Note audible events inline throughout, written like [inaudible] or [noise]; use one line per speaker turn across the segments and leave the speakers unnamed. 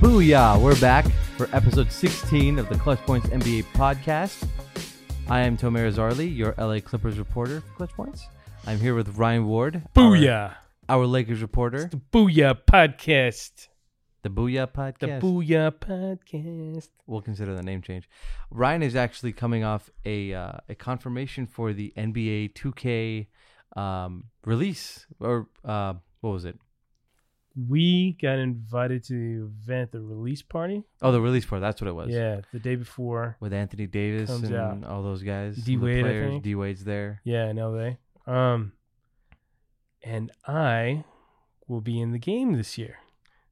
Booyah! We're back for episode 16 of the Clutch Points NBA podcast. I am Tomer Zarley, your LA Clippers reporter for Clutch Points. I'm here with Ryan Ward, our-
Booyah.
our, Lakers reporter,
The Booyah Podcast.
the Booyah podcast.
The Booyah Podcast.
we'll consider the name change. Ryan is actually coming off a uh, a confirmation for the NBA 2K um, release or uh, what was it?
We got invited to the event, the release party.
Oh, the release part. That's what it was.
Yeah, the day before.
With Anthony Davis
Comes
and
out.
all those guys,
D. Wade, I think.
D Wade's there.
Yeah, in LA. Um, and I will be in the game this year.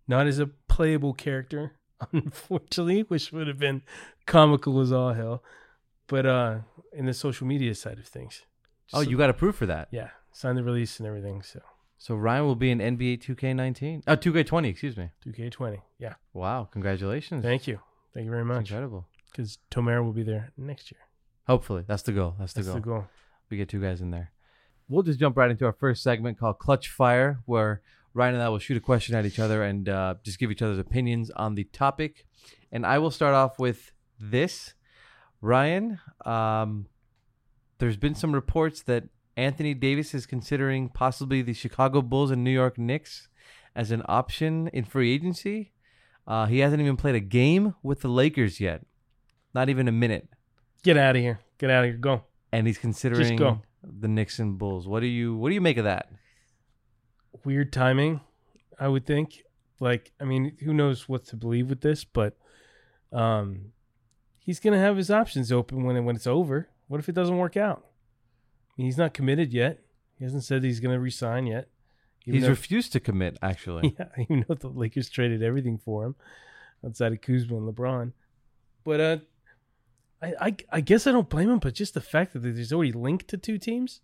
Not as a playable character, [laughs] unfortunately, which would have been comical as all hell. But uh, in the social media side of things.
Oh,
So-
you got approved for that.
yeah, signed the release and everything. So
So Ryan will be in NBA 2K19. Oh, 2K20, excuse me.
2K20. Yeah.
Wow, congratulations.
Thank you. Thank you very
That's
much.
incredible.
Because Tomer will be there next year.
Hopefully, that's the goal. That's the
That's
goal.
the goal.
We get two guys in there. We'll just jump right into our first segment called Clutch Fire, where Ryan and I will shoot a question at each other and uh, just give each other's opinions on the topic. And I will start off with this. Ryan, um, there's been some reports that Anthony Davis is considering possibly the Chicago Bulls and New York Knicks as an option in free agency. Uh, he hasn't even played a game with the Lakers yet, not even a minute
Get out of here. Get out of here. Go.
and he's considering
go.
the Knicks and Bulls. What do you what do you make of that?
Weird timing, I would think. Like, I mean, who knows what to believe with this, but um, he's gonna have his options open when it, when it's over. What if it doesn't work out? I mean, he's not committed yet. He hasn't said he's gonna resign yet. Even
he's
though-
refused to commit. [laughs] Actually,
Yeah, [laughs] even though the Lakers traded everything for him outside of Kuzma and LeBron. But uh, I, I I guess I don't blame him, but just the fact that he's already linked to two teams,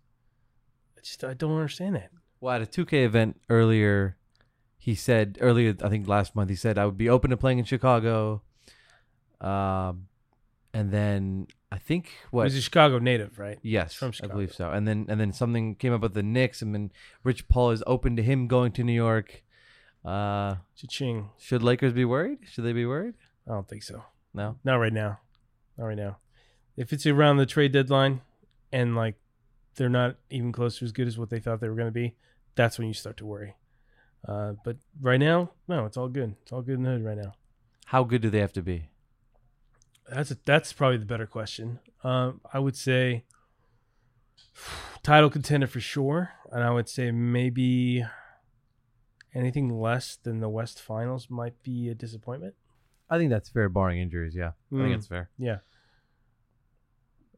I just I don't understand that.
well, at a 2K event earlier, he said earlier I think last month he said I would be open to playing in Chicago. Um, and then I think what
He's a Chicago native, right?
yes,
from
I believe so. And then and then something came up with the Knicks, and then Rich Paul is open to him going to New York. Uh,
Cha-ching.
should Lakers be worried? Should they be worried?
I don't think so.
No.
Not right now. Not right now. If it's around the trade deadline and like they're not even close to as good as what they thought they were going to be, that's when you start to worry. Uh, but right now, no, it's all good. It's all good in the hood right now.
How good do they have to be?
That's a, that's probably the better question. Um, I would say title contender for sure, and I would say maybe anything less than the West Finals might be a disappointment.
I think that's fair, barring injuries. Yeah, I
Mm.
think it's fair.
Yeah,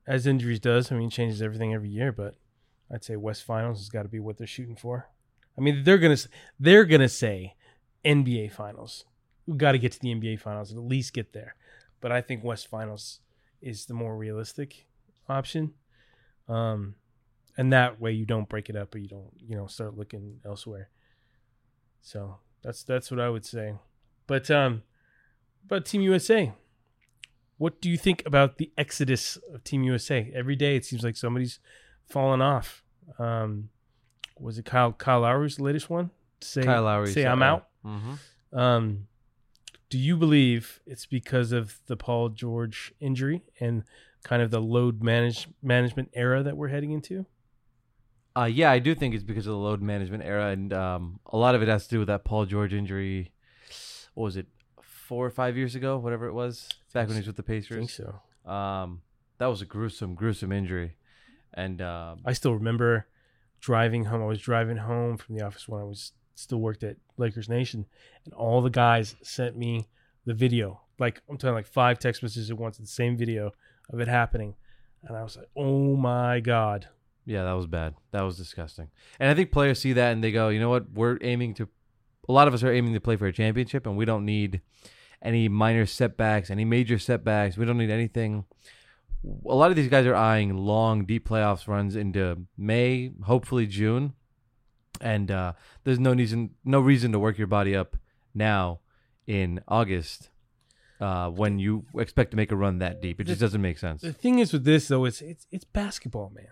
as injuries does, I mean, it changes everything every year, but I'd say West Finals has got to be what they're shooting for. I mean, they're gonna s- they're gonna say NBA Finals. We got to get to the NBA Finals and at least get there. But I think West Finals is the more realistic option. Um, and that way you don't break it up or you don't you know start looking elsewhere. So that's that's what I would say. But um, about Team USA, what do you think about the exodus of Team USA? Every day it seems like somebody's fallen off. Um, was it Kyle Kyle Lowry's latest one? Say
Kyle uh, Lowry.
Say I'm out.
Mm-hmm.
Um, do you believe it's because of the Paul George injury and kind of the load manage- management era that we're heading into?
Uh, yeah, I do think it's because of the load management era, and um, a lot of it has to do with that Paul George injury. What was it, four or five years ago, whatever it was, back when he was with the
I think
Pacers.
so.
Um, that was a gruesome, gruesome injury, and um,
I still remember driving home. I was driving home from the office when I was still worked at Lakers Nation, and all the guys sent me the video. Like I'm talking like five text messages at once, the same video of it happening, and I was like, "Oh my god!"
yeah, that was bad. That was disgusting. And I think players see that and they go, you know what? We're aiming to. A lot of us are aiming to play for a championship, and we don't need any minor setbacks, any major setbacks. We don't need anything. A lot of these guys are eyeing long, deep playoffs runs into May, hopefully June, and uh, there's no reason no reason to work your body up now in August uh, when you expect to make a run that deep. It just doesn't make sense.
The thing is with this though, it's it's it's basketball, man.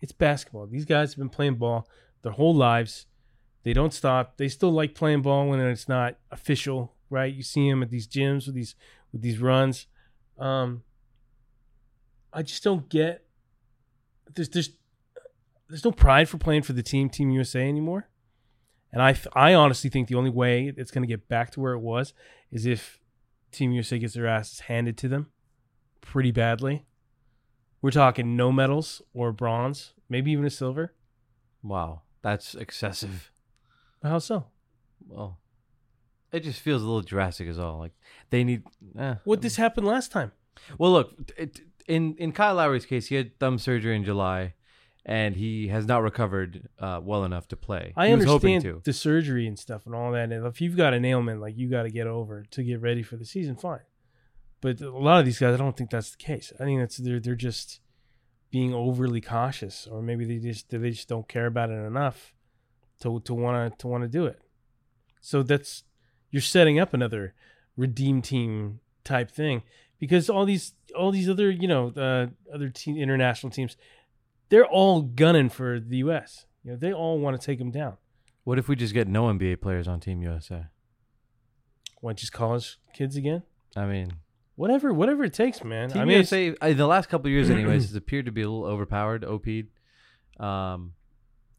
It's basketball. These guys have been playing ball their whole lives. They don't stop. They still like playing ball when it's not official right? You see him at these gyms with these with these runs. Um, I just don't get there's there's there's no pride for playing for the team Team USA anymore. And I th- I honestly think the only way it's going to get back to where it was is if Team USA gets their asses handed to them pretty badly. We're talking no medals or bronze, maybe even a silver.
Wow, that's excessive.
How so?
Well, it just feels a little drastic, is all. Like they need. Eh,
What this happened last time?
Well, look, it, in in Kyle Lowry's case, he had thumb surgery in July, and he has not recovered uh, well enough to play.
I
he Was hoping
understand
to.
the surgery and stuff and all that. And if you've got an ailment, like you got to get over it to get ready for the season, fine. But a lot of these guys, I don't think that's the case. I think that's they're they're just being overly cautious, or maybe they just they just don't care about it enough to to want to to want to do it. So that's you're setting up another redeem team type thing because all these all these other you know uh, other team international teams, they're all gunning for the U.S. You know they all want to take them down.
What if we just get no NBA players on Team USA?
What, just college kids again?
I mean,
Whatever, whatever it takes, man.
Team
I mean, it's-
USA uh, in the last couple of
[clears throat]
years, anyways, has appeared to be a little overpowered, OP'd. Um,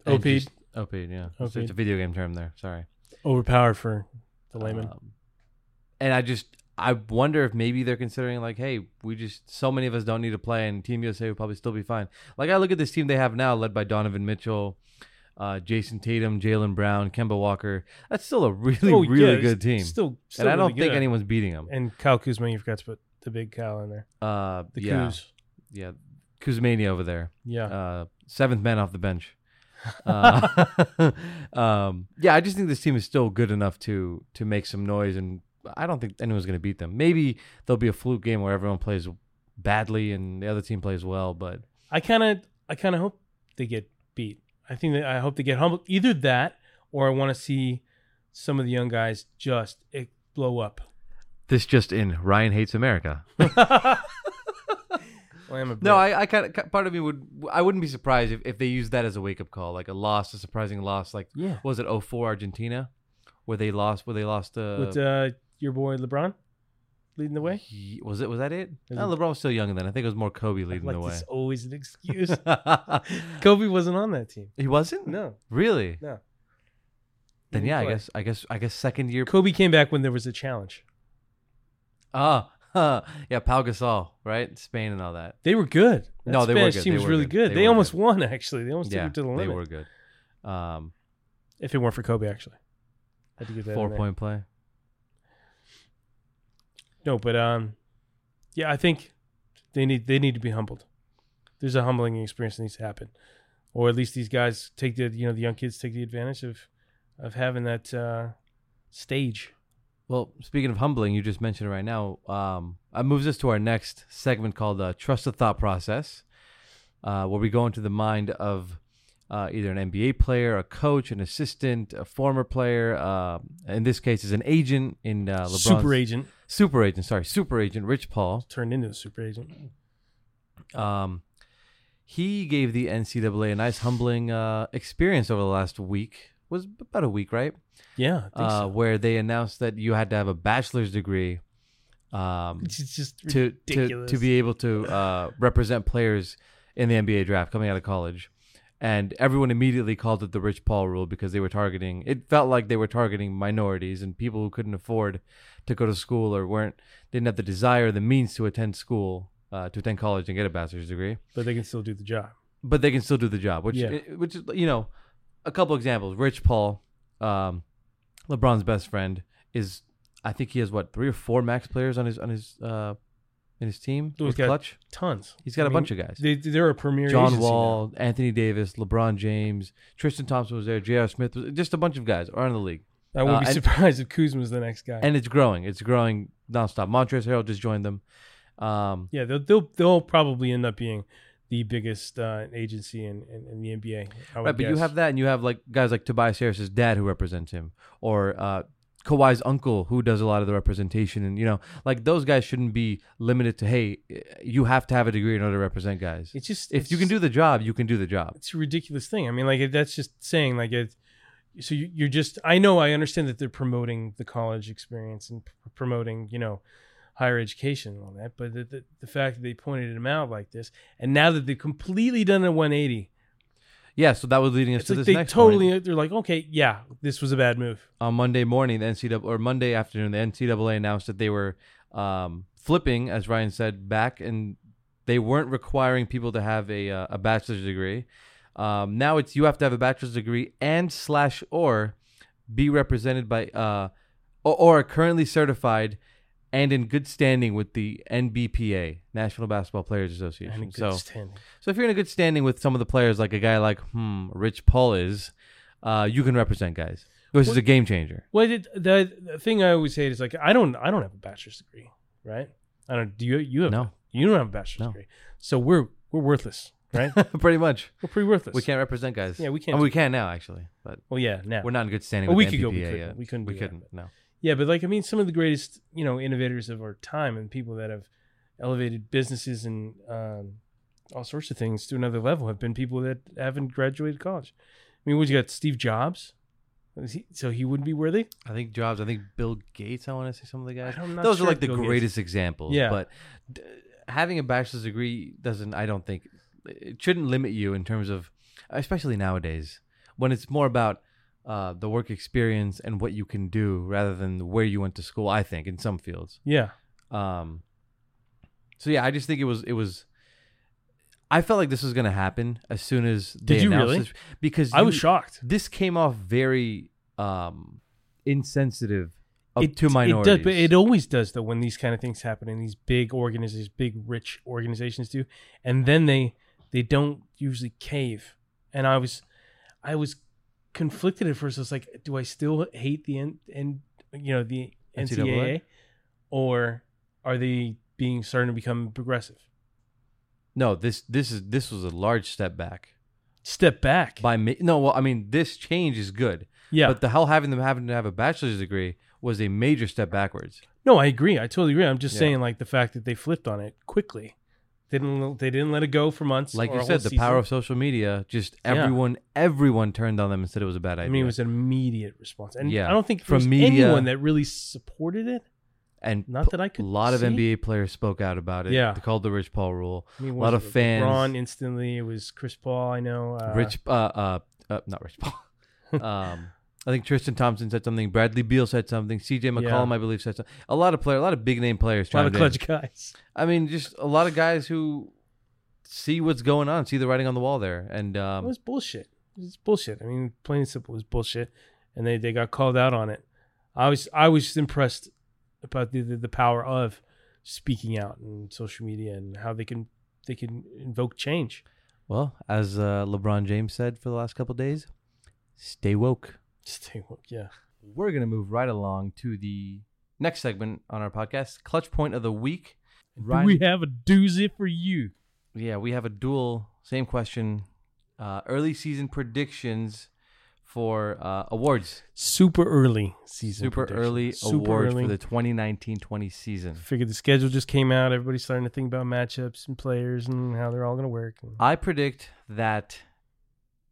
and
OP'd.
just- OP'd, yeah. It's,
OP'd.
it's a video game term there. Sorry.
overpowered for the layman.
Um, and I just, I wonder if maybe they're considering like, hey, we just, so many of us don't need to play, and Team USA would probably still be fine. Like, I look at this team they have now, led by Donovan Mitchell, uh, Jason Tatum, Jalen Brown, Kemba Walker. That's still a really,
Oh, yeah,
really
it's
good team.
Still, still
and I don't
really
think
good.
anyone's beating them.
And Kyle Kuzma, you forgot to put the big Kyle in there.
Uh,
The
yeah,
Kuz.
yeah, Kuzmania over there.
Yeah.
uh, seventh man off the [laughs] bench. Uh, [laughs] um, yeah, I just think this team is still good enough to to make some noise, and I don't think anyone's going to beat them. Maybe there'll be a fluke game where everyone plays badly and the other team plays well, but
I kind of, I kind of hope they get beat. I think that I hope they get humbled. Either that, or I want to see some of the young guys just eh,
[laughs]
blow up.
this just in: Ryan hates America.
Well, I'm a
No,
Brit.
I, I kind of part of me would I wouldn't be surprised if, if they used that as a wake up call, like a loss, a surprising loss, like
yeah.
was it 04 Argentina, where they lost, where they lost. Uh,
With uh, your boy LeBron leading the way.
Ye- was it was that it?
Is
No,
it-
LeBron was still young then. I think it was more Kobe
Like
leading the way.
this always an [laughs] excuse. [laughs] Kobe wasn't on that team.
he wasn't?
No.
Really?
No.
Then
He
yeah, I
played.
guess I guess I guess second year
Kobe came back when there was a challenge.
Ah yeah, Pau Gasol, right? Spain and all that.
They were good. That
No, they were
Spanish
good.
team
They
was
were
really
good.
good.
They
They,
were
almost
good.
won actually. They almost
yeah,
took it to the
they
limit.
were good. Um
If it weren't for Kobe, actually, I had to get that in
four
there.
point play.
No, but um, yeah, I think they need they need to be humbled. There's a humbling experience that needs to happen, or at least these guys take the you know the young kids take the advantage of of having that uh, stage.
Well, speaking of humbling, you just mentioned it right now. Um, that moves us to our next segment called uh, Trust the Thought Process, uh, where we go into the mind of uh, either an NBA player, a coach, an assistant, a former player. Uh, in this case, is an agent in uh, LeBron's
super agent
super agent. Sorry, super agent Rich Paul.
turned into a super agent.
Um, he gave the NCAA a nice humbling uh, experience over the last week. Was about a week, right?
Yeah, I think
Uh,
so.
Where they announced that you had to have a bachelor's degree. Um,
It's just
to, to
ridiculous.
to be able to uh, represent players in the NBA draft coming out of college. And everyone immediately called it the Rich Paul rule because they were targeting. It felt like they were targeting minorities and people who couldn't afford to go to school or weren't didn't have the desire, or the means to attend school, uh, to attend college and get a bachelor's degree.
but they can still do the job.
But they can still do the job, which
Yeah.
i- which is you know, a couple examples. Rich Paul, um, LeBron's best friend, is I think he has what three or four max players on his on his uh, in his team.
He's
with
got-
clutch.
Tons.
He's got
a
a bunch of guys.
They, they're a premier.
John
agency now.
Wall, Anthony Davis, LeBron James, Tristan Thompson was there, J.R. Smith was just a bunch of guys are in the league.
I wouldn't
Uh,
be
and-
surprised [laughs] if Kuzma's the next guy.
And it's growing. It's growing nonstop. Montrezl Harrell just joined them. Um,
yeah, they'll, they'll they'll probably end up being the biggest uh, agency in, in, in the NBA. I would
right, but you
guess.
have that and you have like guys like Tobias Harris's dad who represents him or uh Kawhi's uncle who does a lot of the representation and you know, like those guys shouldn't be limited to hey, eh, you have to have a degree in order to represent guys.
It's just
if
it's
you can
just-
do the job, you can do the job.
it's a ridiculous thing. I mean, like that's just saying like it. so you, you're just i know i understand that they're promoting the college experience and p- promoting you know higher education and all that but the, the, the fact that they pointed him out like this and now that they've completely done a 180
Yeah, so that was leading us
it's
to
like
this
they
next
totally
point.
they're like okay yeah this was a bad move
On Monday morning, the NCAA or Monday afternoon, the NCAA announced that they were um, flipping, as Ryan said, back, and they weren't requiring people to have a uh, a bachelor's degree. Um, now it's you have to have a bachelor's degree and slash or be represented by uh, or, or are currently certified and in good standing with the NBPA, National Basketball Players Association.
and a good
so
standing.
So if you're in a good standing with some of the players, like a guy like hmm Rich Paul is, uh, you can represent guys, which is
Well-
a game changer.
Well, the, the the thing I always hate is like I don't I don't have a bachelor's degree, right? I don't. Do you? You [laughs] have
No.
You don't have a bachelor's
No.
degree, so we're we're worthless,
[laughs]
right?
Pretty much,
we're pretty worthless.
we can't represent guys.
Yeah, we
I
can't.
mean, we can now actually, but
well, yeah, now.
we're not in good standing.
Well,
with
we
the
could go, we
NBPA
couldn't.
yet.
We couldn't
We
do that,
couldn't. No.
yeah, but like I mean, some of the greatest you know innovators of our time and people that have elevated businesses and um, all sorts of things to another level have been people that haven't graduated college. I mean, what you got? Steve Jobs. Was he- so he wouldn't be worthy.
I think Jobs. I think Bill Gates. I want to say some of the
I
guys.
don't- I'm not
Those
sure
are like
if
the
Bill Gates-
greatest examples.
Yeah.
But d- having a bachelor's degree doesn't. I don't think it shouldn't limit you in terms of, especially nowadays when it's more about uh, the work experience and what you can do rather than where you went to school. I think in some fields.
Yeah.
Um, so yeah, I just think it was it was. I felt like this was gonna happen as soon as they
Did you
announced
really?
this because
I
you-
was shocked.
This came off very um, insensitive up
it,
to minorities.
It does, but it always does though when these kind of things happen and these big organizations, big rich organizations do, and then they they don't usually cave. And I was I was conflicted at first. I was like, do I still hate the N, N you know the
NCAA?
NCAA, or are they being starting to become progressive?
no, this this is this was a large step back.
Step back.
By ma- no, well, I mean this change is good,
yeah.
but the hell having them having to have a bachelor's degree was a major step backwards.
no, I agree. I totally agree. I'm just
Yeah.
saying like the fact that they flipped on it quickly. Didn't they didn't let it go for months?
Like
or
you
a
said, the
whole
power
season.
of social media. Just
Yeah.
everyone, everyone turned on them and said it was a bad idea.
I mean, it was an immediate response, and
Yeah.
I don't think
From
from was
media-
anyone that really supported it.
and
Not that I
A
could.
lot of
see.
NBA players spoke out about it.
Yeah.
they called the Rich Paul rule.
I mean,
a
what
lot
was
of
it?
fans-
LeBron instantly. It was Chris Paul. I know. Uh,
Rich, uh, uh, uh, not Rich
[laughs]
Paul. um, I think Tristan Thompson said something. Bradley Beal said something. C.J. McCollum, I believe, said something. A lot of player, a lot of big name players.
A lot of
chimed in.
clutch guys.
I mean, just a lot of guys who see what's going on, see the writing on the wall there, and
it
um,
was bullshit. It was bullshit. I mean, plain and simple, it was bullshit, and they, they got called out on it. I was I was just impressed about the, the the power of speaking out and social media and how they can they can invoke change.
well, as uh, LeBron James said for the last couple days, stay woke.
Stay woke, yeah.
We're gonna move right along to the next segment on our podcast, clutch point of the week. Ryan-
We have a doozy for you.
Yeah, we have a dual same question. Uh, early season predictions for uh, awards.
super early season.
Super
prediction.
early awards for the 2019-20 season.
Figured the schedule just came out. Everybody's starting to think about matchups and players and how they're all going to work. And
I predict that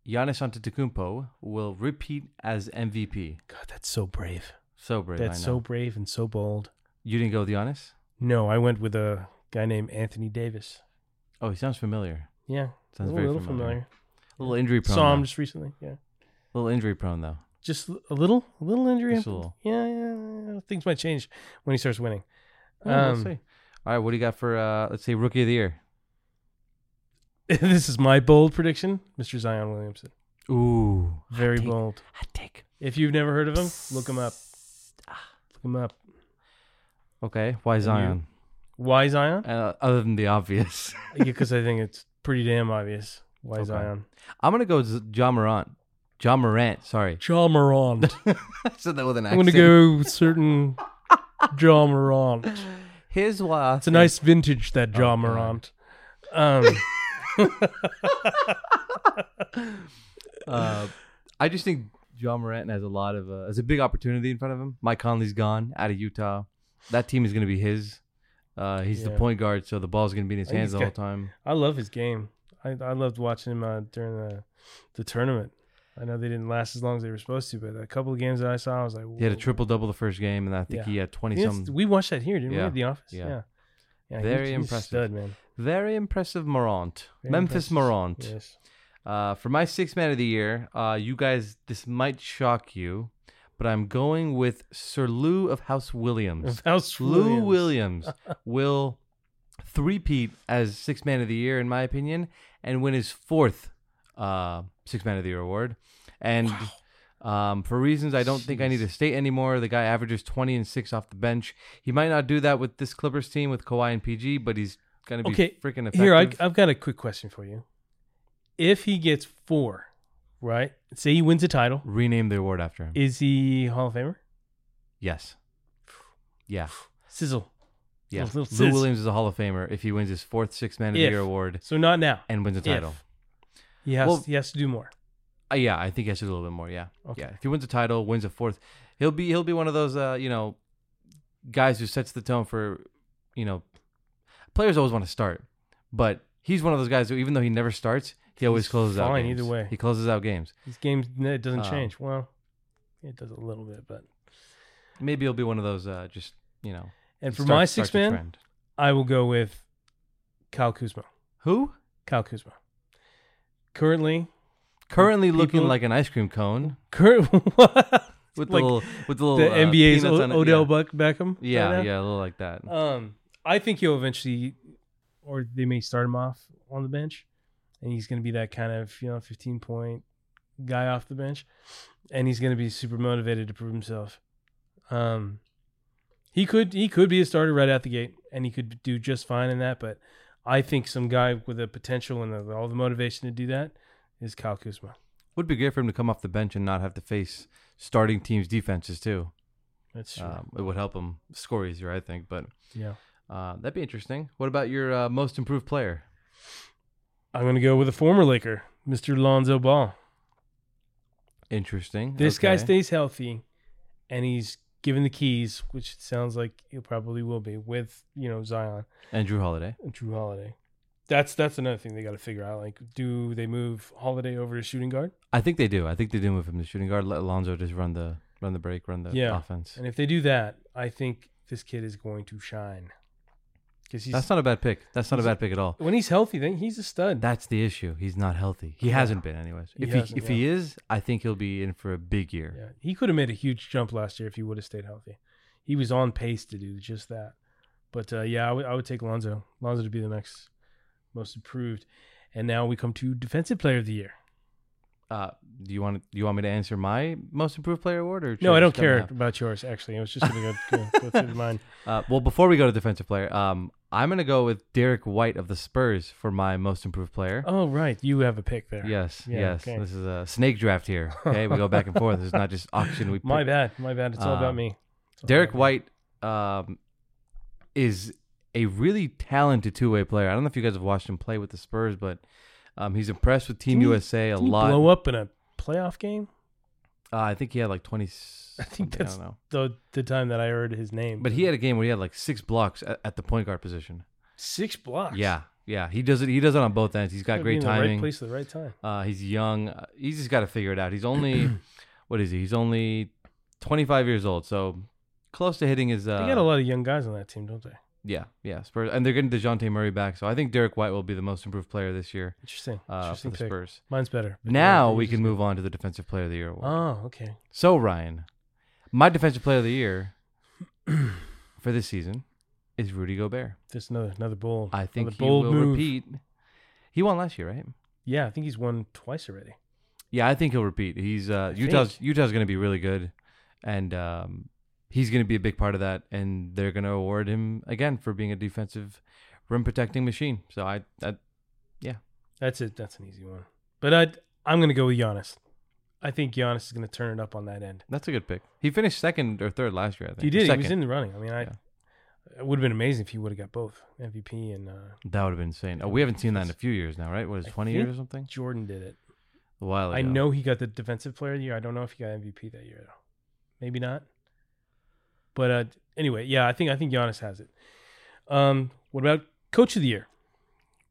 Giannis Antetokounmpo will repeat as MVP.
God, that's so brave.
So brave. I know.
That's so brave and so bold.
You didn't go with Giannis?
No, I went with a guy named Anthony Davis.
Oh, he sounds familiar.
Yeah,
Sounds
a
very
little
familiar.
familiar.
A little injury prone.
Saw him
though.
just recently. Yeah,
little injury prone though.
just l- a little, a little injury.
Just a little.
Yeah, yeah, yeah. Things might change when he starts winning. [laughs]
Oh,
Um,
let's see. All right, what do you got for uh, let's say rookie of the year?
this is my bold prediction, Mr. Zion Williamson.
Ooh,
Very
take.
bold.
hot take.
If you've never heard of him, look him up. Look him up.
Okay, why
you?
Zion?
Why Zion?
Uh, other than the obvious,
because I think it's pretty damn obvious why
Okay.
Zion.
[laughs] I'm gonna go with John Morant. John Morant, sorry,
Ja Morant.
[laughs] I said that with an
I'm gonna
accent. [laughs]
go certain Ja Morant.
Here's why.
It's a nice vintage that Ja
Oh, God.
Morant.
[laughs]
Um,
Uh, I just think John Morant has a lot of uh, has a big opportunity in front of him. Mike Conley's gone out of Utah. That team is gonna be his. Uh, he's the
Yeah.
point guard, so the ball's gonna be in his
I think
hands the
he's
whole
got-
time.
I love his game. I, I loved watching him uh, during the the tournament. I know they didn't last as long as they were supposed to, but a couple of games that I saw, I was like,
He had a
"Whoa."
triple double the first game, and I think
Yeah.
he had twenty
Yes,
some.
We watched that here, didn't we?
Yeah,
At the office.
yeah.
Yeah. Yeah,
Very
he's a
impressive.
Stud, man.
Very impressive, Morant.
Very
Memphis
impressive.
Morant.
Yes.
Uh, for my sixth man of the year, uh, you guys, this might shock you, but I'm going with Sir Lou of House
[laughs]
Williams.
House
Lou
[laughs]
Williams will threepeat as sixth man of the year, in my opinion, and win his fourth uh, sixth man of the year award. And um, for reasons I don't think I need to state anymore, the guy averages 20 and six off the bench. He might not do that with this Clippers team with Kawhi and PG, but he's going to be
Okay,
freaking effective.
Here, I, I've got a quick question for you. If he gets four, right? Say he wins a title,
rename the award after him.
is he Hall of Famer?
yes.
[sighs]
Yeah.
Sizzle.
Yeah.
Little- little
Lou
sis.
Williams is a Hall of Famer if he wins his fourth sixth man of the
If.
year award
So not now.
and wins a
If.
title.
He has
Well-
he has to do more.
Uh, yeah, I think he has to do a little bit more. Yeah,
Okay.
yeah. If he wins a title, wins a fourth, he'll be he'll be one of those uh, you know guys who sets the tone for you know players always want to start, but he's one of those guys who even though he never starts, he always
He's
closes out.
fine
games.
either way.
he closes out games.
These games no, it doesn't
Um,
change. Well, it does a little bit, but
Maybe he'll be one of those uh, just you know.
and
he
for
starts-
my
starts
sixth
a
man,
trend.
I will go with Kyle Kuzma.
who
Kyle Kuzma. Currently,
currently
People-
looking like an ice cream cone
current [laughs]
with the
Like
little with the little
the
uh,
NBA's
peanuts
o-
on it.
Odell
Yeah.
Buck Beckham.
Yeah,
right now.
yeah, a little like that.
Um, I think he'll eventually, or they may start him off on the bench, and he's going to be that kind of you know fifteen point guy off the bench, and he's going to be super motivated to prove himself. Um, he could he could be a starter right out the gate, and he could do just fine in that. But I think some guy with the potential and the, all the motivation to do that is Kyle Kuzma.
Would be great for him to come off the bench and not have to face starting teams' defenses too.
That's true.
Um, it would help him score easier, I think. But
yeah.
uh, that'd be interesting. What about your uh, most improved player?
I'm going to go with a former Laker, Mr. Lonzo Ball.
Interesting.
This guy
Okay.
stays healthy, and he's given the keys, which it sounds like he probably will be with you know Zion
Andrew Holiday.
and Drew Holiday. That's that's another thing they got to figure out. Like, do they move Holiday over to shooting guard?
I think they do. I think they do move him to shooting guard. Let Alonzo just run the run the break, run the
Yeah.
offense.
And if they do that, I think this kid is going to shine because he's
That's not a bad pick. That's not a
he's-
bad pick at all.
when he's healthy, then he's a stud.
That's the issue. He's not healthy. He
Yeah.
hasn't been, anyways.
He
If he,
hasn't,
if he is, I think he'll be in for a big year.
yeah, he could have made a huge jump last year if he would have stayed healthy. He was on pace to do just that. But uh, yeah, I would I would take Lonzo. Lonzo to be the next most improved. And now we come to defensive player of the year.
Uh, do you want do you want me to answer my most improved player award? Or should
no, I don't
just come
care
now?
about yours. Actually, I was just gonna go, go, go
[laughs]
through mine.
Uh, well, before we go to defensive player, um, I'm gonna go with Derek White of the Spurs for my most improved player.
Oh right, you have a pick there.
Yes,
Yeah,
yes.
okay.
This is a snake draft here. Okay, we go back and forth. It's not just auction. We
[laughs] My
pick.
bad. My bad. It's all
Uh,
about me. It's all
Derek
about me.
White um, is a really talented two way player. I don't know if you guys have watched him play with the Spurs, but um, he's impressed with Team
Didn't he-
USA a
Did he
lot.
blow up in a playoff game?
Uh, I think he had like 20.
I think
something,
that's-
I don't know.
The the time that I heard his name.
But he had a game where he had like six blocks at, at the point guard position.
six blocks.
Yeah, yeah. He does it. He does it on both ends. He's got
Gotta be
great
in the Right
timing.
place at the right time.
Uh, he's young. Uh, He's just got to figure it out. He's
[clears throat]
only, what is he? He's only 25 years old, so close to hitting his. Uh,
they got a lot of young guys on that team, don't they?
Yeah, yeah. Spurs, and they're getting Dejounte Murray back, so I think Derek White will be the most improved player this year
Interesting.
uh, for
Interesting
the
pick.
Spurs.
Mine's better. but
Now
yeah,
we
yours
can
is-
move on to the Defensive Player of the Year award.
Oh, okay.
so Ryan, my Defensive Player of the
[clears throat]
Year for this season is Rudy Gobert.
There's another another bold.
I think
another
he will repeat. He won last year, right?
Yeah, I think he's won twice already.
Yeah, I think he'll repeat. He's uh,
think.
Utah's Utah's going to be really good, and um, he's going to be a big part of that. And they're going to award him again for being a defensive rim protecting machine. So I, I
That's it. That's an easy one. But I I'm gonna go with Giannis. I think Giannis is gonna turn it up on that end.
that's a good pick. He finished second or third last year. I think
He did.
Second.
He was in the running. I mean, I
Yeah.
it would have been amazing if he would have got both MVP and uh,
That would have been insane. Oh, we haven't seen that in a few years now, right? What is
I
it, twenty
think-
years or something?
Jordan did it.
A while ago.
I know he got the defensive player of the year. I don't know if he got MVP that year though. Maybe not. But uh, anyway, yeah, I think I think Giannis has it. Um, what about coach of the year?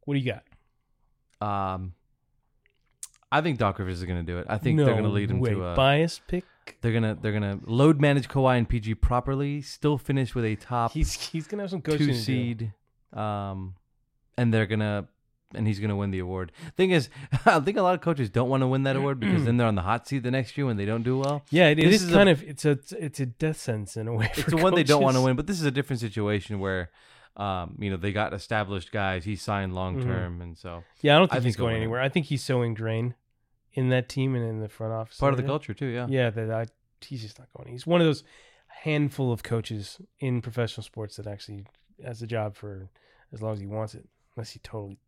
What do you got?
Um, I think Doc Rivers is going to do it. I think they're going to lead him
way.
to. Uh,
bias pick.
they're gonna they're gonna load manage Kawhi and PG properly. Still finish with a top
He's he's gonna have some coaching.
two
to do.
seed, um, and they're gonna and he's gonna win the award. Thing is, [laughs] I think a lot of coaches don't want to win that award because then they're on the hot seat the next year when they don't do well.
Yeah, it
This
is,
is a-
kind of it's a it's a death sentence in a way.
It's
for
the one they don't want to
coaches.
win, but this is a different situation where, um, you know, they got established guys. He signed long term, and so
Yeah, I don't
I
think he's
think he'll
going
win it.
anywhere. I think he's sowing drain in that team and in the front office.
part of the
area.
culture too. Yeah,
Yeah, that I, he's just not going. He's one of those handful of coaches in professional sports that actually has a job for as long as he wants it, unless he totally.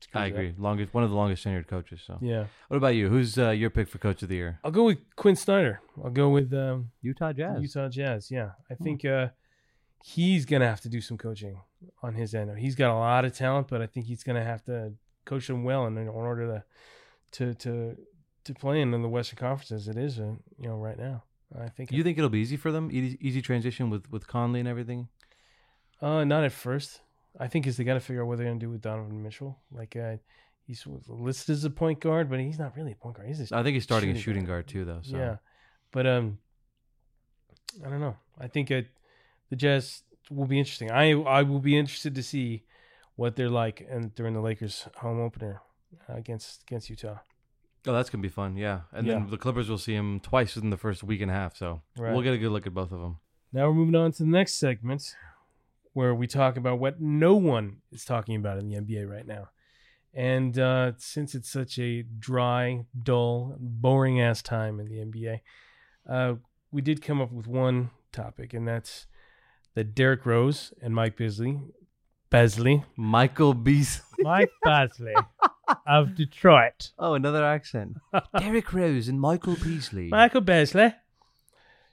screws
I
it up.
agree. Longest one of the longest tenured coaches. So,
Yeah,
what about you? Who's uh, your pick for coach of the year?
I'll go with Quinn Snyder. I'll go with um,
Utah Jazz. Hmm.
Utah Jazz. Yeah, I think uh, he's gonna have to do some coaching on his end. He's got a lot of talent, but I think he's gonna have to coach them well in, in order to to to to play in the Western Conference as it is, uh, you know, right now. I think uh,
You think it'll be easy for them? Easy, easy transition with with Conley and everything.
Uh, not at first. I think is they got to figure out what they're gonna do with Donovan Mitchell. Like, uh, he's listed as a point guard, but he's not really a point guard. He's just
I think he's starting a
Shooting
shooting
guard.
guard too, though. So
yeah. But um, I don't know. I think it, the Jazz will be interesting. I I will be interested to see what they're like and during the Lakers home opener uh, against against Utah.
Oh, that's gonna be fun. Yeah, and
Yeah.
then the Clippers will see him twice in the first week and a half. So
Right.
we'll get a good look at both of them.
Now we're moving on to the next segment where we talk about what no one is talking about in the NBA right now. And uh, since it's such a dry, dull, boring ass time in the NBA, uh, we did come up with one topic, and that's that Derrick Rose and Mike Beasley, Beasley,
Michael Beasley.
[laughs] Mike Beasley of Detroit,
[laughs] Oh, another [laughs] accent. Derek Rose and Michael Beasley.
Michael Beasley,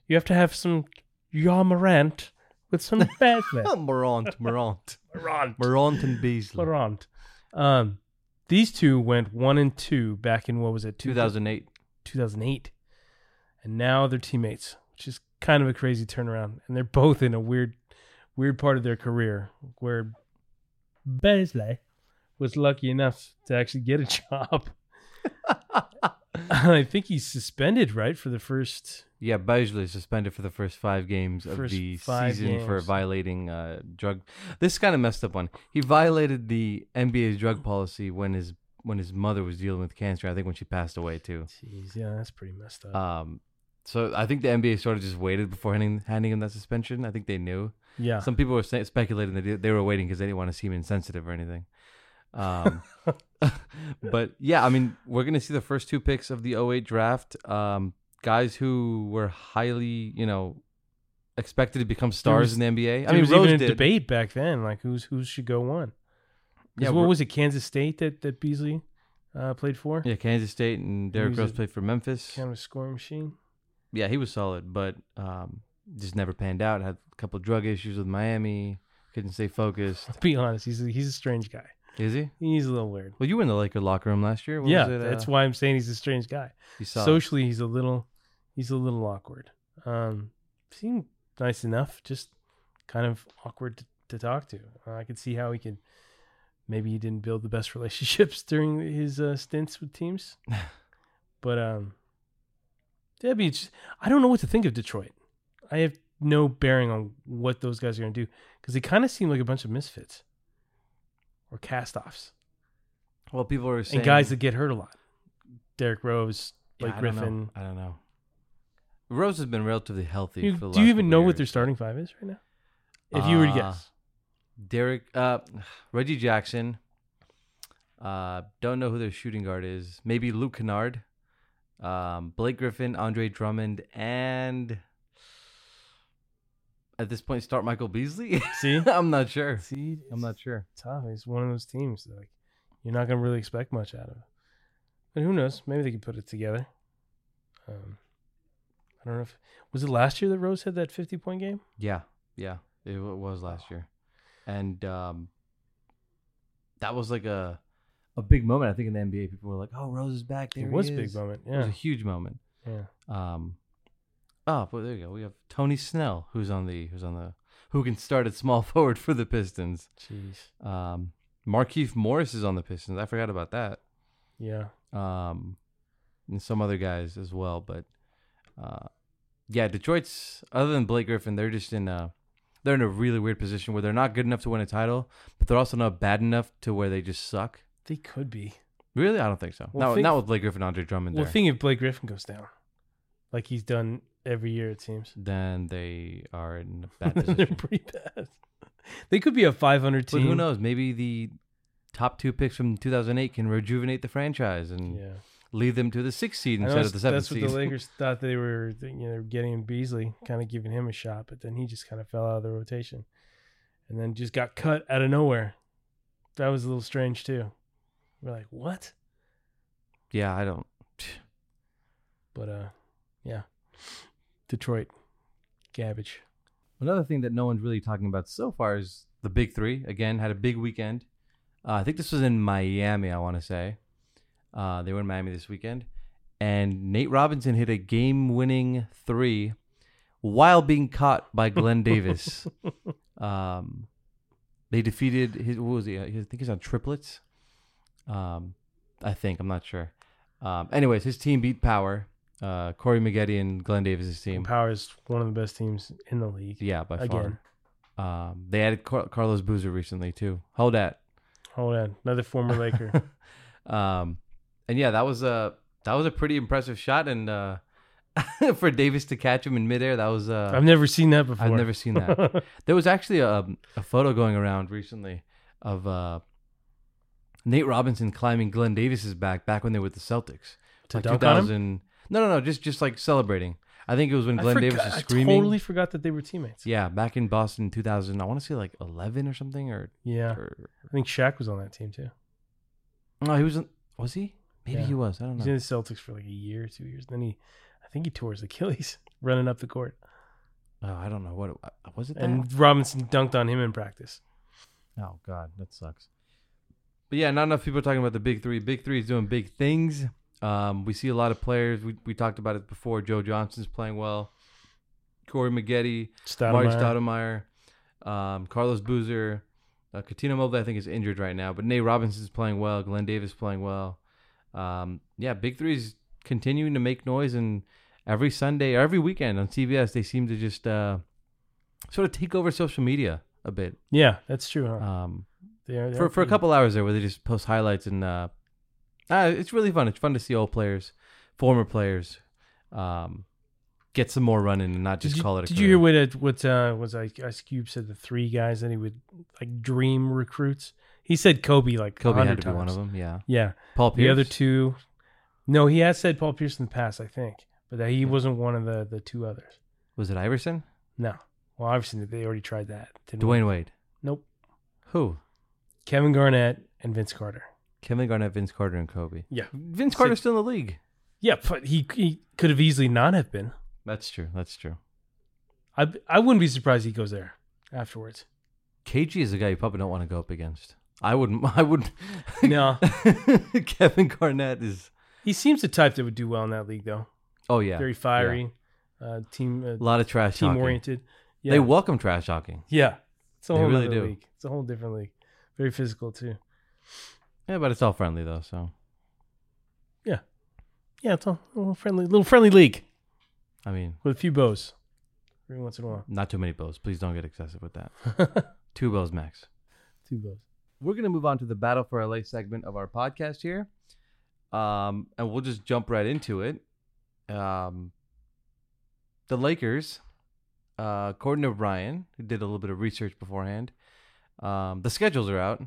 you have to have some Ja Morant with [laughs] some Beasley.
Oh, Morant, Morant,
Morant.
Morant, and Beasley.
Laurent. Um, these two went one and two back in what was it,
2008.
2008. And now they're teammates, which is kind of a crazy turnaround. And they're both in a weird, weird part of their career where Beasley was lucky enough to actually get a [laughs]
[laughs]
job. I think he's suspended, right, for the first.
Yeah, Beasley suspended for the first five games of
First
the
five
season for
games.
violating uh, drug. This kind of messed up one. He violated the NBA's drug policy when his when his mother was dealing with cancer. I think when she passed away too.
Jeez, yeah, that's pretty messed up.
Um, so I think the NBA sort of just waited before handing, handing him that suspension. I think they knew.
yeah.
Some people were sa- speculating that they- they were waiting because they didn't want to seem insensitive or anything.
[laughs]
Um, [laughs] but yeah, I mean, we're going to see the first two picks of the 08 draft. Um, guys who were highly, you know, expected to become stars
was-
in the NBA. I
There
mean,
was
Rose
even a
did.
debate back then, like who's who should go one.
Yeah,
Yeah, what
Ro-
was it, Kansas State that that Beasley uh, played for?
Yeah, Kansas State and Derrick
was
Rose
a-
played for Memphis.
Kind of a scoring machine. [laughs]
yeah, he was solid, but um, just never panned out. Had a couple drug issues with Miami. Couldn't stay focused.
Let's be honest, he's a, he's a strange guy.
Is he?
He's a little weird.
Well, you were in the Laker locker room last year. What
yeah,
was it, uh,
that's why I'm saying he's a strange guy.
you saw.
Socially, he's a little he's a little awkward. Um, seemed nice enough, just kind of awkward to, to talk to. Uh, I could see how he could. Maybe he didn't build the best [laughs] relationships during his uh, stints
[laughs]
with teams, but um, that'd be. just- I don't know what to think of Detroit. I have no bearing on what those guys are going to do because they kind of seem like a bunch of misfits or cast-offs
Well, people were saying
and guys that get hurt a lot. Derek Rose,
Yeah,
Blake
I don't know.
Griffin.
I don't know. Rose has been relatively healthy.
You-
for the
do you
last
even
couple
know what their
years.
starting five is right now? If you were to
Uh,
guess,
Derek, uh, Reggie Jackson. Uh, don't know who their shooting guard is. Maybe Luke Kennard, um, Blake Griffin, Andre Drummond, and at this point, start Michael Beasley. [laughs]
see,
I'm not sure.
see,
I'm not sure.
tough. It's one of those teams that like you're not gonna really expect much out of. But who knows? Maybe they could put it together. Um, I don't know if was it last year that Rose had that 50 point game.
Yeah, yeah, it wa- was last year, and um, that was like a a big moment. I think in the NBA, people were like, "Oh, Rose is back." There
it
he
was a big
is."
moment.
It was
Yeah,
a huge moment.
yeah.
Um, oh, well, there you go. We have Tony Snell, who's on the who's on the who can start at small [laughs] forward for the Pistons.
Jeez.
Um, Markeith Morris is on the Pistons. I forgot about that.
Yeah.
Um, and some other guys as well. But uh, yeah, Detroit's other than Blake Griffin, they're just in a they're in a really weird position where they're not good enough to win a title, but they're also not bad enough to where they just suck.
They could be.
Really, I don't think so.
Well,
not
think-
not with Blake Griffin, Andre Drummond.
Well,
there.
think if Blake Griffin goes down, like he's done every year, it seems.
then they are in
[laughs]
a bad
They're
position.
pretty bad. They could be a 500
but
team.
who knows? Maybe the top two picks from 2008 can rejuvenate the franchise and
Yeah.
lead them to the sixth seed
I know
instead of
that's,
the seventh
that's what
seed.
the Lakers thought they were, you know, getting Beasley, kind of giving him a shot, but then he just kind of fell out of the rotation, and then just got cut out of nowhere. That was a little strange too. We're like, what?
[laughs] yeah, I don't.
But uh, yeah, Detroit, garbage.
Another thing that no one's really talking about so far is the big three. Again, had a big weekend. Uh, I think this was in Miami. I want to say uh, they were in Miami this weekend, and Nate Robinson hit a game-winning three while being caught by Glenn
[laughs]
Davis. Um, they defeated his. What was he? I think he's on triplets. Um, I think I'm not sure. Um, anyways, his team beat Power. Uh, Corey Maggette and Glenn Davis's team.
Power is one of the best teams in the league.
Yeah, by
Again.
far. Um, they added Car- Carlos Boozer recently too. Hold that.
Hold on, another former Laker.
[laughs] Um, and yeah, that was a that was a pretty impressive shot, and uh, [laughs] for Davis to catch him in midair, that was uh,
I've never seen that before.
I've never seen
[laughs]
that. there was actually a um, a photo going around recently of uh, Nate Robinson climbing Glenn Davis's back back when they were with the Celtics.
To dunk on him?
No, no, no. Just just like celebrating. I think it was when
I
Glenn Davis
forgot-
was
I
screaming.
totally forgot that they were teammates.
Yeah, back in Boston, 2000. I want to say like 11 or something, or
Yeah.
or
I think Shaq was on that team too.
no, he wasn't. Was he? Maybe
Yeah.
he was. I don't
He's in
know.
the Celtics for like a year, two years. Then he, I think he tore his Achilles [laughs] running up the court,
Oh, I don't know what it, uh, was it. That?
and Robinson dunked on him in practice.
oh God, that sucks. But yeah, not enough people are talking about the big three. Big three is doing big things. Um, we see a lot of players. We we talked about it before. Joe Johnson's playing well. Corey Maggette, Marty
Stoudemire.
Stoudemire, um, Carlos Boozer, uh, Katina Mobley. I think is injured right now, but Nate Robinson's playing well. Glenn Davis playing well. Um, yeah, Big Three's continuing to make noise, and every Sunday or every weekend on CBS, they seem to just uh, sort of take over social media a bit
Yeah, that's true. Huh?
um,
They are- they
for for
are
a
pretty-
couple hours there, where they just post highlights and uh, uh, it's really fun. It's fun to see old players, former players, um, get some more running and not
Did
just
you,
call it. A
did you hear
career.
what it, what uh, was I, Ice Cube said the three guys that he would like dream recruits? He said Kobe like
Kobe
100
had to be
times.
one of them? Yeah,
Yeah,
Paul Pierce.
the other two. No, he has said Paul Pierce in the past, I think, but that he wasn't one of the the two others.
was it Iverson?
No, well, obviously they already tried that. Didn't
Dwayne Wade.
Nope.
Who?
Kevin Garnett and Vince Carter.
Kevin Garnett, Vince Carter, and Kobe.
Yeah.
Vince Carter's still in the league.
Yeah, but he, he could have easily not have been.
That's true. That's true.
I I wouldn't be surprised he goes there
[laughs]
afterwards.
KG is a guy you probably don't want to go up against. I wouldn't. [laughs] I would.
No,
Kevin Garnett is.
he seems the type that would do well in that league though.
Oh yeah,
Very fiery, uh, team
A
uh,
lot of trash
team
talking.
oriented. Yeah,
They welcome trash talking.
yeah. It's a
They
whole
really
other
do.
league. It's a whole different league. Very physical too.
Yeah, but it's all friendly though. So
Yeah, it's a little friendly, little friendly league
I mean,
with a few bows every once in a while.
not too many bows. Please don't get excessive with that. Two bows max.
[laughs] Two bows.
We're gonna move on to the battle for LA segment of our podcast here, um, and we'll just jump right into it. Um, the Lakers, uh, according to Ryan, who did a little bit of research beforehand, um, the schedules are out,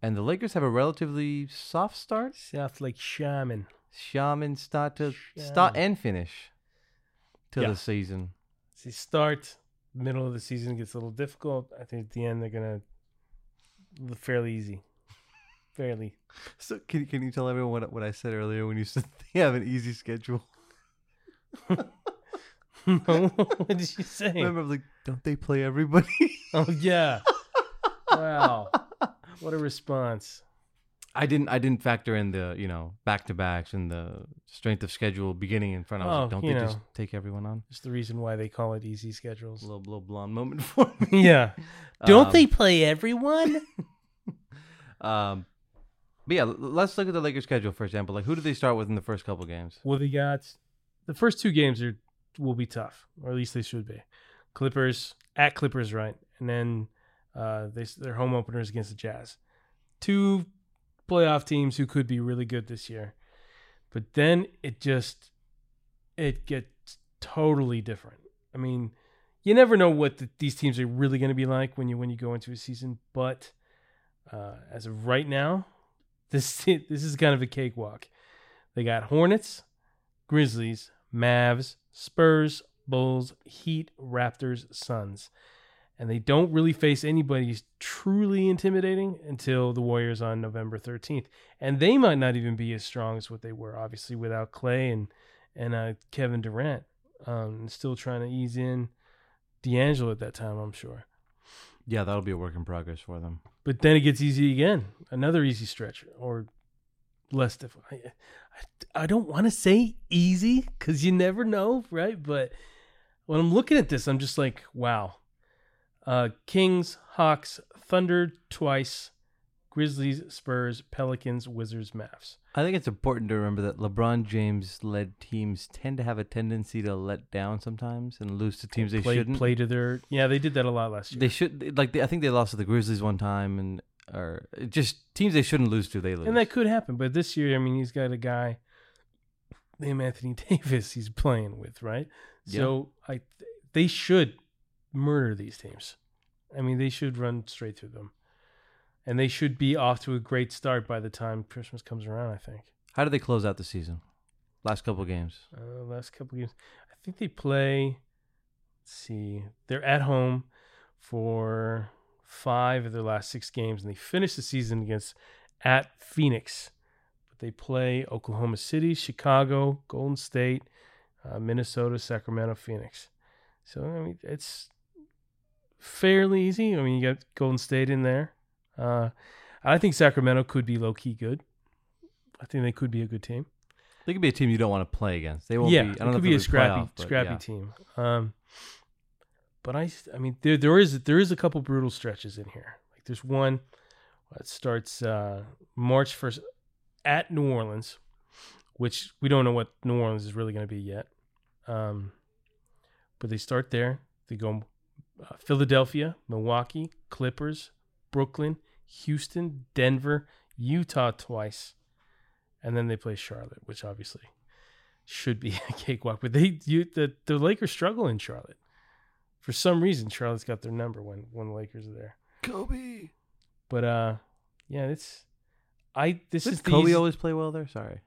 and the Lakers have a relatively soft start.
South Lake Shaman.
Shaman start to start
Shaman.
and finish to
Yeah.
the season.
So you start middle of the season gets a little difficult. I think at the end they're gonna l- fairly
[laughs]
easy, fairly. [laughs]
So can can you tell everyone what what I said earlier when you said [laughs] they have an easy schedule?
what did you say?
Remember, I'm like, don't they play everybody?
[laughs] Oh yeah. wow. What a response.
I didn't I didn't factor in the you know back to backs and the strength of schedule beginning in front. I was like,
Oh,
don't
you
they just
know.
take everyone on?
It's the reason why they call it easy schedules.
little little blonde moment [laughs] for me.
[laughs] yeah.
Um,
play everyone?
Um, But yeah, l- let's look at the Lakers' schedule for example. Like, who do they start with in the first couple games?
Well, they got the first two games are will be tough, or at least they should be. Clippers at Clippers, right? And then uh, they their home openers against the Jazz, two playoff teams who could be really good this year. But then it just it gets totally different. I mean, you never know what the, these teams are really going to be like when you when you go into a season. But uh, as of right now, [laughs] this this is kind of a cakewalk. They got Hornets, Grizzlies, Mavs, Spurs, Bulls, Heat, Raptors, Suns. And they don't really face anybody truly intimidating until the Warriors on November 13th. And they might not even be as strong as what they were, obviously, without Clay and, and uh, Kevin Durant. Um, still trying to ease in D'Angelo at that time, I'm sure.
Yeah, that'll be a work in progress for them.
But then it gets easy again. Another easy stretch or less difficult. I, I, I don't want to say easy because you never know, right? But when I'm looking at this, I'm just like, wow. Uh, Kings, Hawks, Thunder twice, Grizzlies, Spurs, Pelicans, Wizards, Mavs.
I think it's important to remember that LeBron James led teams tend to have a tendency to let down sometimes and lose to teams they
play,
shouldn't.
play to their yeah. They did that a lot last year.
They should like they, I think they lost to the Grizzlies one time and or just teams they shouldn't lose to they lose.
And that could happen. But this year, I mean, he's got a guy named Anthony [laughs] Davis he's playing with, right?
Yeah.
So I they should murder these teams. I mean, they should run straight through them. And they should be off to a great start by the time Christmas comes around, I think.
How do they close out the season? Last couple games.
Uh, last couple games. I think they play let's see. They're at home for five of their last six games, and they finish the season against at Phoenix. But they play Oklahoma City, Chicago, Golden State, uh, Minnesota, Sacramento, Phoenix. So I mean, it's fairly easy. I mean, you got Golden State in there. Uh, I think Sacramento could be low key good. I think they could be a good team.
They could be a team you don't want to play against. They won't
yeah,
be. I
it
don't know
could
if
be
they'll
a scrappy,
playoff, but
scrappy
yeah.
team. Um, but I, I mean, there there is there is a couple brutal stretches in here. Like there's one that starts uh, March first at New Orleans, which we don't know what New Orleans is really going to be yet. Um, but they start there. They go uh, Philadelphia, Milwaukee, Clippers, Brooklyn, Houston, Denver, Utah twice, and then they play Charlotte, which obviously should be [laughs] a cakewalk. But they you the the Lakers struggle in Charlotte. For some reason, Charlotte's got their number when when the Lakers are there.
Kobe.
But uh, yeah, it's I this
Did
is the
Kobe
easy-
always play well there? Sorry.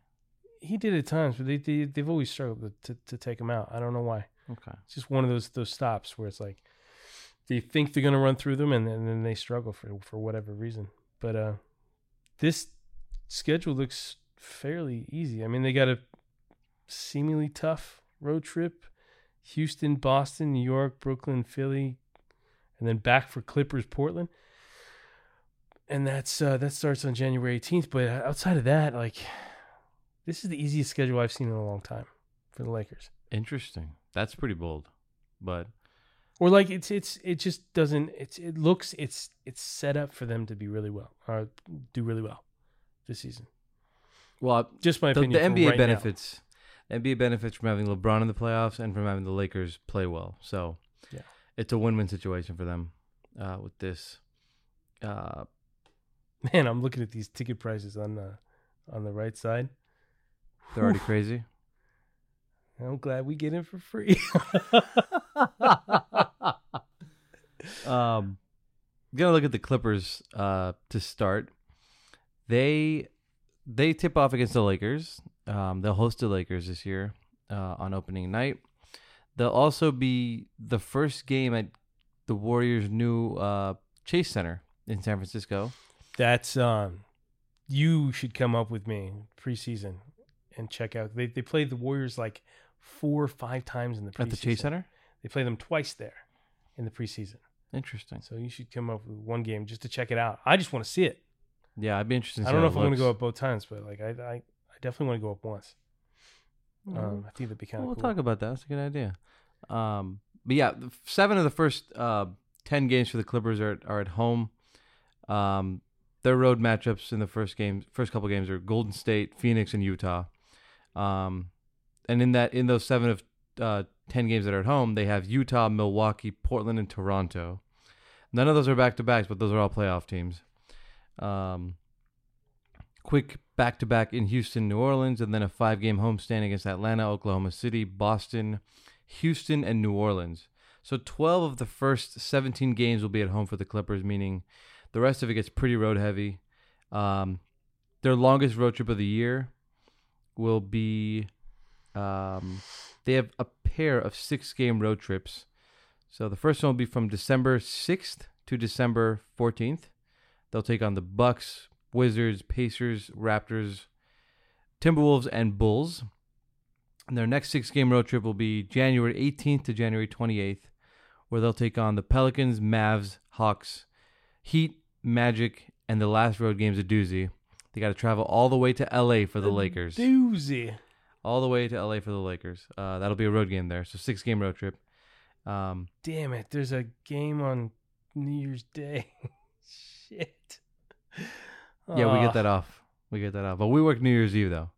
he did at times, but they, they they've always struggled to, to to take him out. I don't know why.
Okay.
It's just one of those those stops where it's like they think they're gonna run through them and, and then they struggle for for whatever reason. But uh this schedule looks fairly easy. I mean they got a seemingly tough road trip. Houston, Boston, New York, Brooklyn, Philly, and then back for Clippers, Portland. And that's uh that starts on January 18th, but uh, outside of that, like this is the easiest schedule I've seen in a long time for the Lakers
Interesting. That's pretty bold, but
or like it's it's it just doesn't it's it looks it's it's set up for them to be really well or do really well this season.
well, uh,
Just my
the, the
opinion. from
NBA
right now.
benefits. NBA benefits from having LeBron in the playoffs and from having the Lakers play well. So,
Yeah.
it's a win-win situation for them uh, with this. Uh,
[laughs] Man, I'm looking at these ticket prices on the on the right side.
they're already crazy.
I'm glad we get in for free. [laughs]
um, gonna look at the Clippers uh, to start. They they tip off against the Lakers. Um, they'll host the Lakers this year uh, on opening night. They'll also be the first game at the Warriors' new uh, Chase Center in San Francisco.
That's um you should come up with me preseason and check out they they played the Warriors like four or five times in the preseason.
At the Chase Center,
They play them twice there in the preseason.
interesting.
So you should come up with one game just to check it out. I just want to see it.
Yeah, I'd be interested. to
I
see
don't know
how
if
it
I'm going to
looks.
go up both times, but like I, I, I definitely want to go up once.
Mhm.
Um, I think that'd be kind of
we'll
cool.
talk about that. That's a good idea. Um, but yeah, the f- seven of the first uh, ten games for the Clippers are are at home. Um, Their road matchups in the first game, first couple games are Golden State, Phoenix, and Utah. Um, and in that, in those seven of uh, ten games that are at home, they have Utah, Milwaukee, Portland, and Toronto. None of those are back to backs, but those are all playoff teams. Um, quick back to back in Houston, New Orleans, and then a five game homestand against Atlanta, Oklahoma City, Boston, Houston, and New Orleans. So 12 of the first 17 games will be at home for the Clippers, meaning the rest of it gets pretty road heavy. Um, their longest road trip of the year will be. Um, they have a pair of six game road trips. So the first one will be from December 6th to December 14th. They'll take on the Bucks, Wizards, Pacers, Raptors, Timberwolves, and Bulls. And their next six game road trip will be January 18th to January 28th, where they'll take on the Pelicans, Mavs, Hawks, Heat, Magic, and the last road game's a doozy. They got to travel all the way to LA for the Lakers.
Doozy.
All the way to LA for the Lakers. Uh, that'll be a road game there. So six game road trip. Um,
Damn it. There's a game on New Year's Day. [laughs] Shit.
yeah, we
Ah,
get that off. We get that off. But we work New Year's Eve though.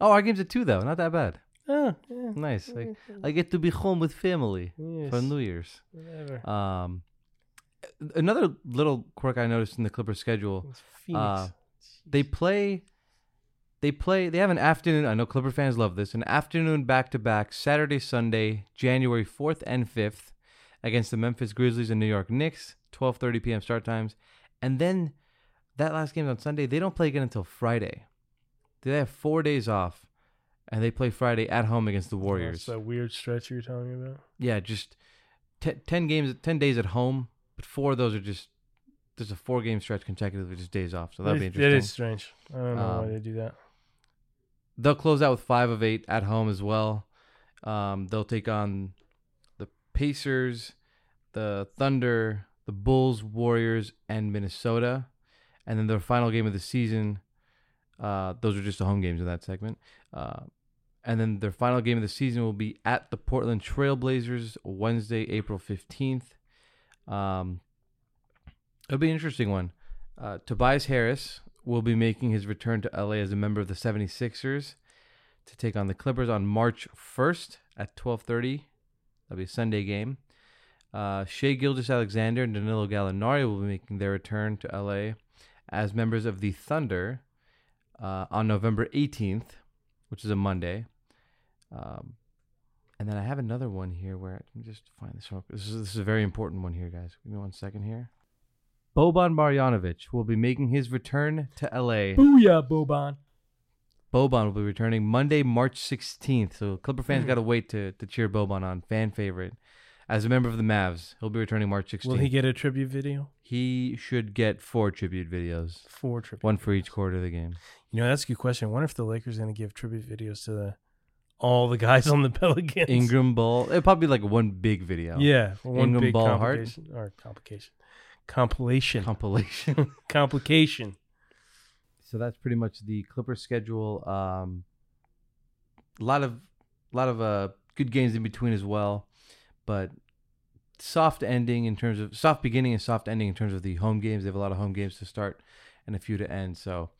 Oh, our game's at two though. Not that bad.
[laughs] ah, yeah.
Nice. I, I get to be home with family
Yes,
for New Year's.
whatever.
Um, another little quirk I noticed in the Clippers schedule:
It's Phoenix.
uh, they play, they play, they have an afternoon. I know Clipper fans love this. An afternoon back to back, Saturday, Sunday, January fourth and fifth, against the Memphis Grizzlies and New York Knicks, twelve thirty p.m. start times, and then that last game's on Sunday. They don't play again until Friday. They have four days off, and they play Friday at home against the Warriors.
That's that weird stretch you were telling me about.
yeah, just te- ten games, ten days at home, but four of those are just there's a four game stretch consecutively just days off. So that'd be
That-
interesting.
That is strange. I don't know why
Um,
they do that.
They'll close out with five of eight at home as well. Um, they'll take on the Pacers, the Thunder, the Bulls, Warriors, and Minnesota, and then their final game of the season. Uh, those are just the home games in that segment. Uh, and then their final game of the season will be at the Portland Trailblazers Wednesday, April 15th. Um, it'll be an interesting one. Uh, Tobias Harris will be making his return to LA as a member of the 76ers to take on the Clippers on March 1st at 12:30. That'll be a Sunday game. Uh, Shea Gilgis Alexander and Danilo Gallinari will be making their return to LA as members of the Thunder uh, on November 18th, which is a Monday. Um, and then I have another one here where let me just find this one. This is, this is a very important one here, guys. Give me one second here. Boban Marjanovic will be making his return to LA.
Booyah, Boban.
Boban will be returning Monday, March 16th. So Clipper
Hmm.
fans got to wait to, to cheer Boban on. Fan favorite. As a member of the Mavs, he'll be returning March 16th.
Will he get a tribute video?
He should get four tribute videos,
Four tribute.
one for each quarter of the game.
You know, that's a good question. I wonder if the Lakers are going to give tribute videos to the, all the guys on the [laughs] Pelicans.
Ingram Ball. It'd probably be like one big video.
Yeah. One
Ingram
big
Ball Hart.
complication. Or complication. Compilation.
Compilation.
complication.
so that's pretty much the Clipper schedule. Um, a lot of, lot of uh, good games in between as well, but soft ending in terms of soft beginning and soft ending in terms of the home games. They have a lot of home games to start and a few to end. So,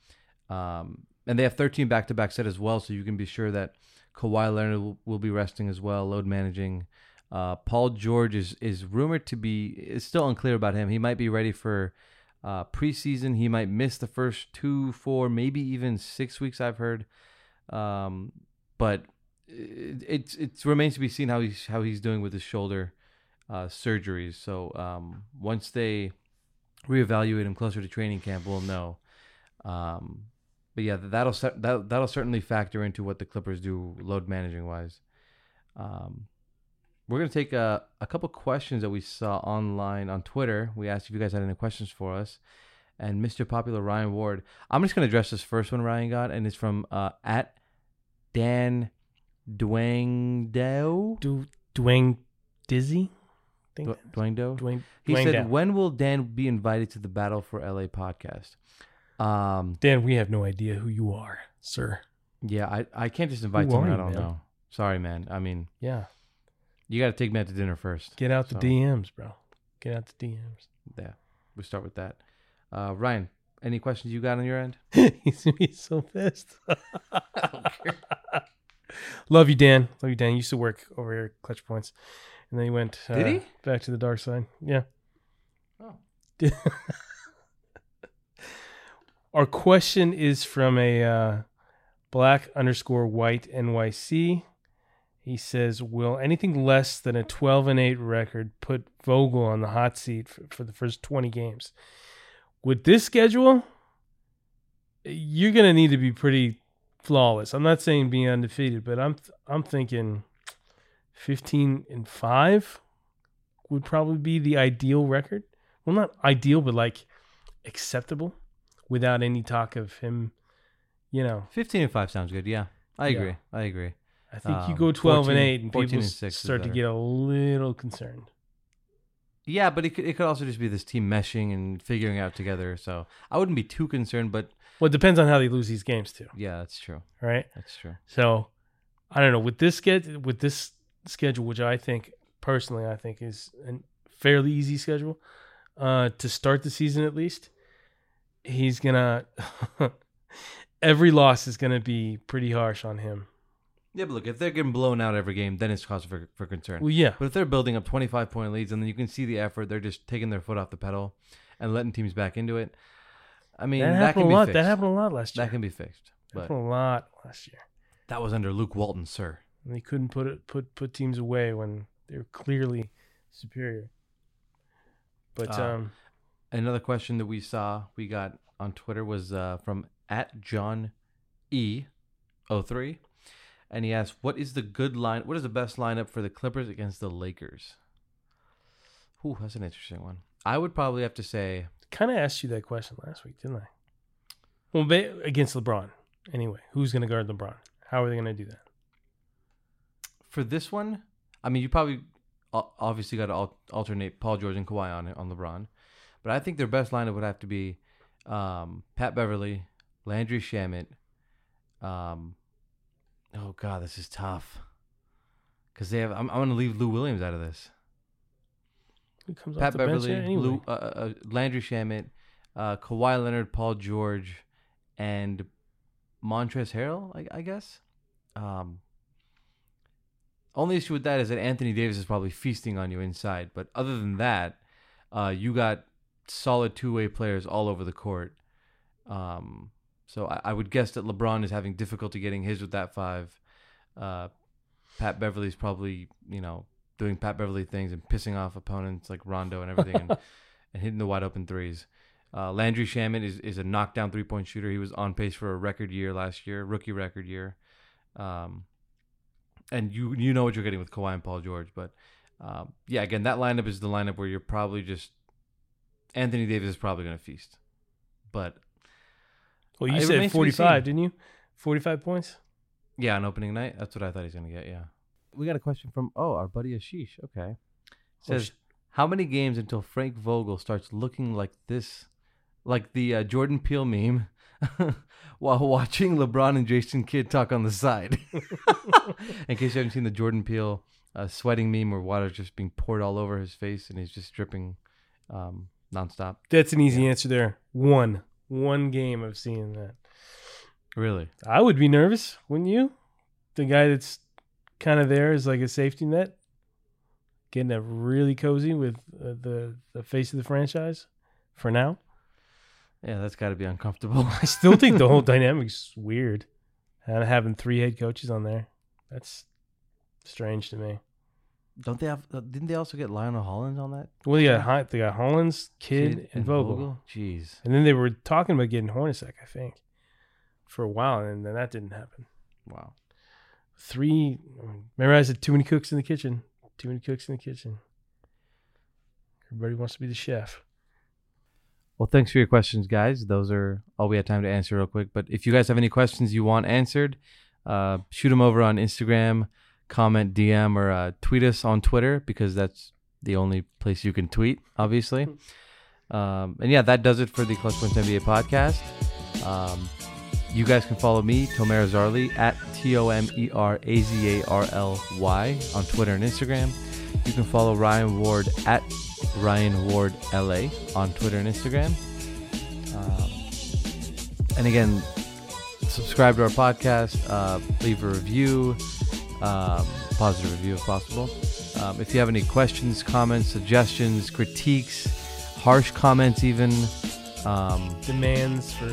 um, and they have 13 back-to-back set as well. So you can be sure that Kawhi Leonard will, will be resting as well, load managing. Uh, Paul George is is rumored to be is still unclear about him. He might be ready for uh, preseason. He might miss the first two, four, maybe even six weeks. I've heard, um, but it, it's it remains to be seen how he's how he's doing with his shoulder uh, surgeries. So um, once they reevaluate him closer to training camp, we'll know. Um, but yeah, that'll cer- that that'll certainly factor into what the Clippers do load managing wise. Um, we're gonna take a, a couple questions that we saw online on Twitter. We asked if you guys had any questions for us, and Mr. Popular Ryan Ward. I'm just gonna address this first one Ryan got, and it's from uh, at Dan Dwangdo.
Do Dwayne Dizzy? I think
Dw- Dwangdo.
Dwayne,
He
Dwayne
said,
Dow.
"When will Dan be invited to the Battle for LA podcast?" Um,
Dan, we have no idea who you are, sir.
yeah, I, I can't just invite
Who
someone
are
I
you,
don't
man?
know. Sorry, man. I mean,
Yeah.
you got to take me out to dinner first.
Get out the
So-
DMs, bro. Get out the DMs.
Yeah, we start with that. Uh, Ryan, Any questions you got on your
[laughs]
end?
He's gonna be so pissed. [laughs] Love you, Dan. Love you, Dan. He used to work over here at Clutch Points. And then he went uh,
Did he?
back to the dark side. Yeah.
Oh.
[laughs] Our question is from a uh, black underscore white NYC. He says, Will anything less than a 12 and 8 record put Vogel on the hot seat for, for the first 20 games? With this schedule, you're going to need to be pretty flawless. I'm not saying be undefeated, but I'm I'm thinking 15 and 5 would probably be the ideal record. Well, not ideal, but like acceptable without any talk of him, you know.
Fifteen and five sounds good. Yeah, I
Yeah.
agree. I agree.
I think you
Um,
go 12
14
and 8 and
14
people
and
s-
6 is
start to
better.
get a little concerned.
Yeah, but it could, it could also just be this team meshing and figuring out together. So I wouldn't be too concerned, but
Well, it depends on how they lose these games too,
yeah, that's true.
all right?
That's true.
So, I don't know with this schedule, with this schedule, which I think personally, I think is a fairly easy schedule uh, to start the season at least. He's gonna [laughs] every loss is gonna be pretty harsh on him.
Yeah, but look, if they're getting blown out every game, then it's cause for, for concern.
Well, yeah,
but if they're building up 25 point leads and then you can see the effort, they're just taking their foot off the pedal and letting teams back into it. I mean,
that
that, can
happened a
be
lot.
fixed.
That happened a lot last year.
That can be fixed. But
happened a lot last year.
that was under Luke Walton, sir.
And they couldn't put it, put put teams away when they're clearly superior. But
Ah.
um,
Another question that we saw we got on Twitter was uh, from at John E 03 and he asked what is the good line what is the best lineup for the Clippers against the Lakers? Ooh, that's an interesting one. I would probably have to say
kind of asked you that question last week, didn't I? Well, ba- against LeBron, anyway. Who's going to guard LeBron? How are they going to do that?
for this one, I mean you probably o- obviously got to al- alternate Paul George and Kawhi on on LeBron, but I think their best lineup would have to be um, Pat Beverly, Landry Shamit. Um, oh God, this is tough because they have. I'm, I'm going to leave Lou Williams out of this.
Who comes off
Pat
the bench
Beverly,
there anyway?
Lou, uh, uh, Landry Shamit, uh, Kawhi Leonard, Paul George, and Montrezl Harrell, I, I guess. Um, only issue with that is that Anthony Davis is probably feasting on you inside. But other than that, uh, you got solid two way players all over the court. Um, so I, I would guess that LeBron is having difficulty getting his with that five. Uh, Pat Beverly's probably, you know, doing Pat Beverly things and pissing off opponents like Rondo and everything and, and hitting the wide open threes. Uh, Landry Shaman is, is a knockdown three point shooter. He was on pace for a record year last year, rookie record year. Um, and you you know what you're getting with Kawhi and Paul George, but um, yeah, again, that lineup is the lineup where you're probably just Anthony Davis is probably going to feast, but
Well, you
it
said
remains to be
45,
seen.
didn't you? 45 points?
Yeah, on opening night. That's what I thought he's going to get. Yeah. We got a question from, oh, our buddy Ashish. Okay. Says,
sh-
how many games until Frank Vogel starts looking like this, like the uh, Jordan Peele meme, [laughs] while watching LeBron and Jason Kidd talk on the side? [laughs] In case you haven't seen the Jordan Peele uh, sweating meme where water's just being poured all over his face and he's just dripping um, nonstop.
That's an easy answer there. One. One game of seeing that.
Really?
I would be nervous, wouldn't you? The guy that's kind of there is like a safety net, getting up really cozy with uh, the, the face of the franchise for now.
Yeah, that's got to be uncomfortable. [laughs]
I still think the whole dynamic's weird. And having three head coaches on there, that's strange to me.
Don't they have? uh, Didn't they also get Lionel Hollins on that?
Well, they got, Hi- they got Hollins, Kidd, and, Vogel.
Jeez.
And then they were talking about getting Hornacek, I think, for a while. And then that didn't happen.
Wow.
Three, remember I said too many cooks in the kitchen. Too many cooks in the kitchen. Everybody wants to be the chef.
Well, thanks for your questions, guys. Those are all we had time to answer real quick. But if you guys have any questions you want answered, uh, shoot them over on Instagram, comment, DM, or uh, tweet us on Twitter because that's the only place you can tweet, obviously. Um, and yeah, that does it for the Clutch Points NBA podcast. Um, you guys can follow me, Tomer Zarly, at T O M E R A Z A R L Y on Twitter and Instagram. You can follow Ryan Ward at Ryan Ward LA on Twitter and Instagram. Um, And again, subscribe to our podcast, uh, leave a review, um, positive review if possible. Um, if you have any questions, comments, suggestions, critiques, harsh comments, even um,
Demands for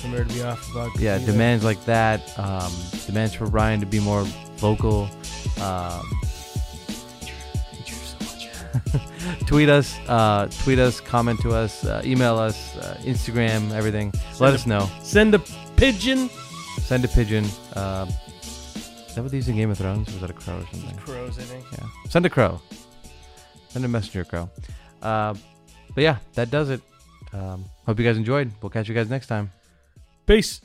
Premier to be off the block.
yeah,
either.
demands like that, um, demands for Ryan to be more vocal. Um, [laughs] tweet us, uh, tweet us, comment to us, uh, email us, uh, Instagram, everything. Let
a-
us know.
Send a pigeon.
Send a pigeon. Um is that what they use in Game of Thrones? Or was that a crow or something?
Crows, I think.
Yeah. Send a crow. Send a messenger crow. Uh, but yeah, that does it. Um, hope you guys enjoyed. We'll catch you guys next time.
Peace.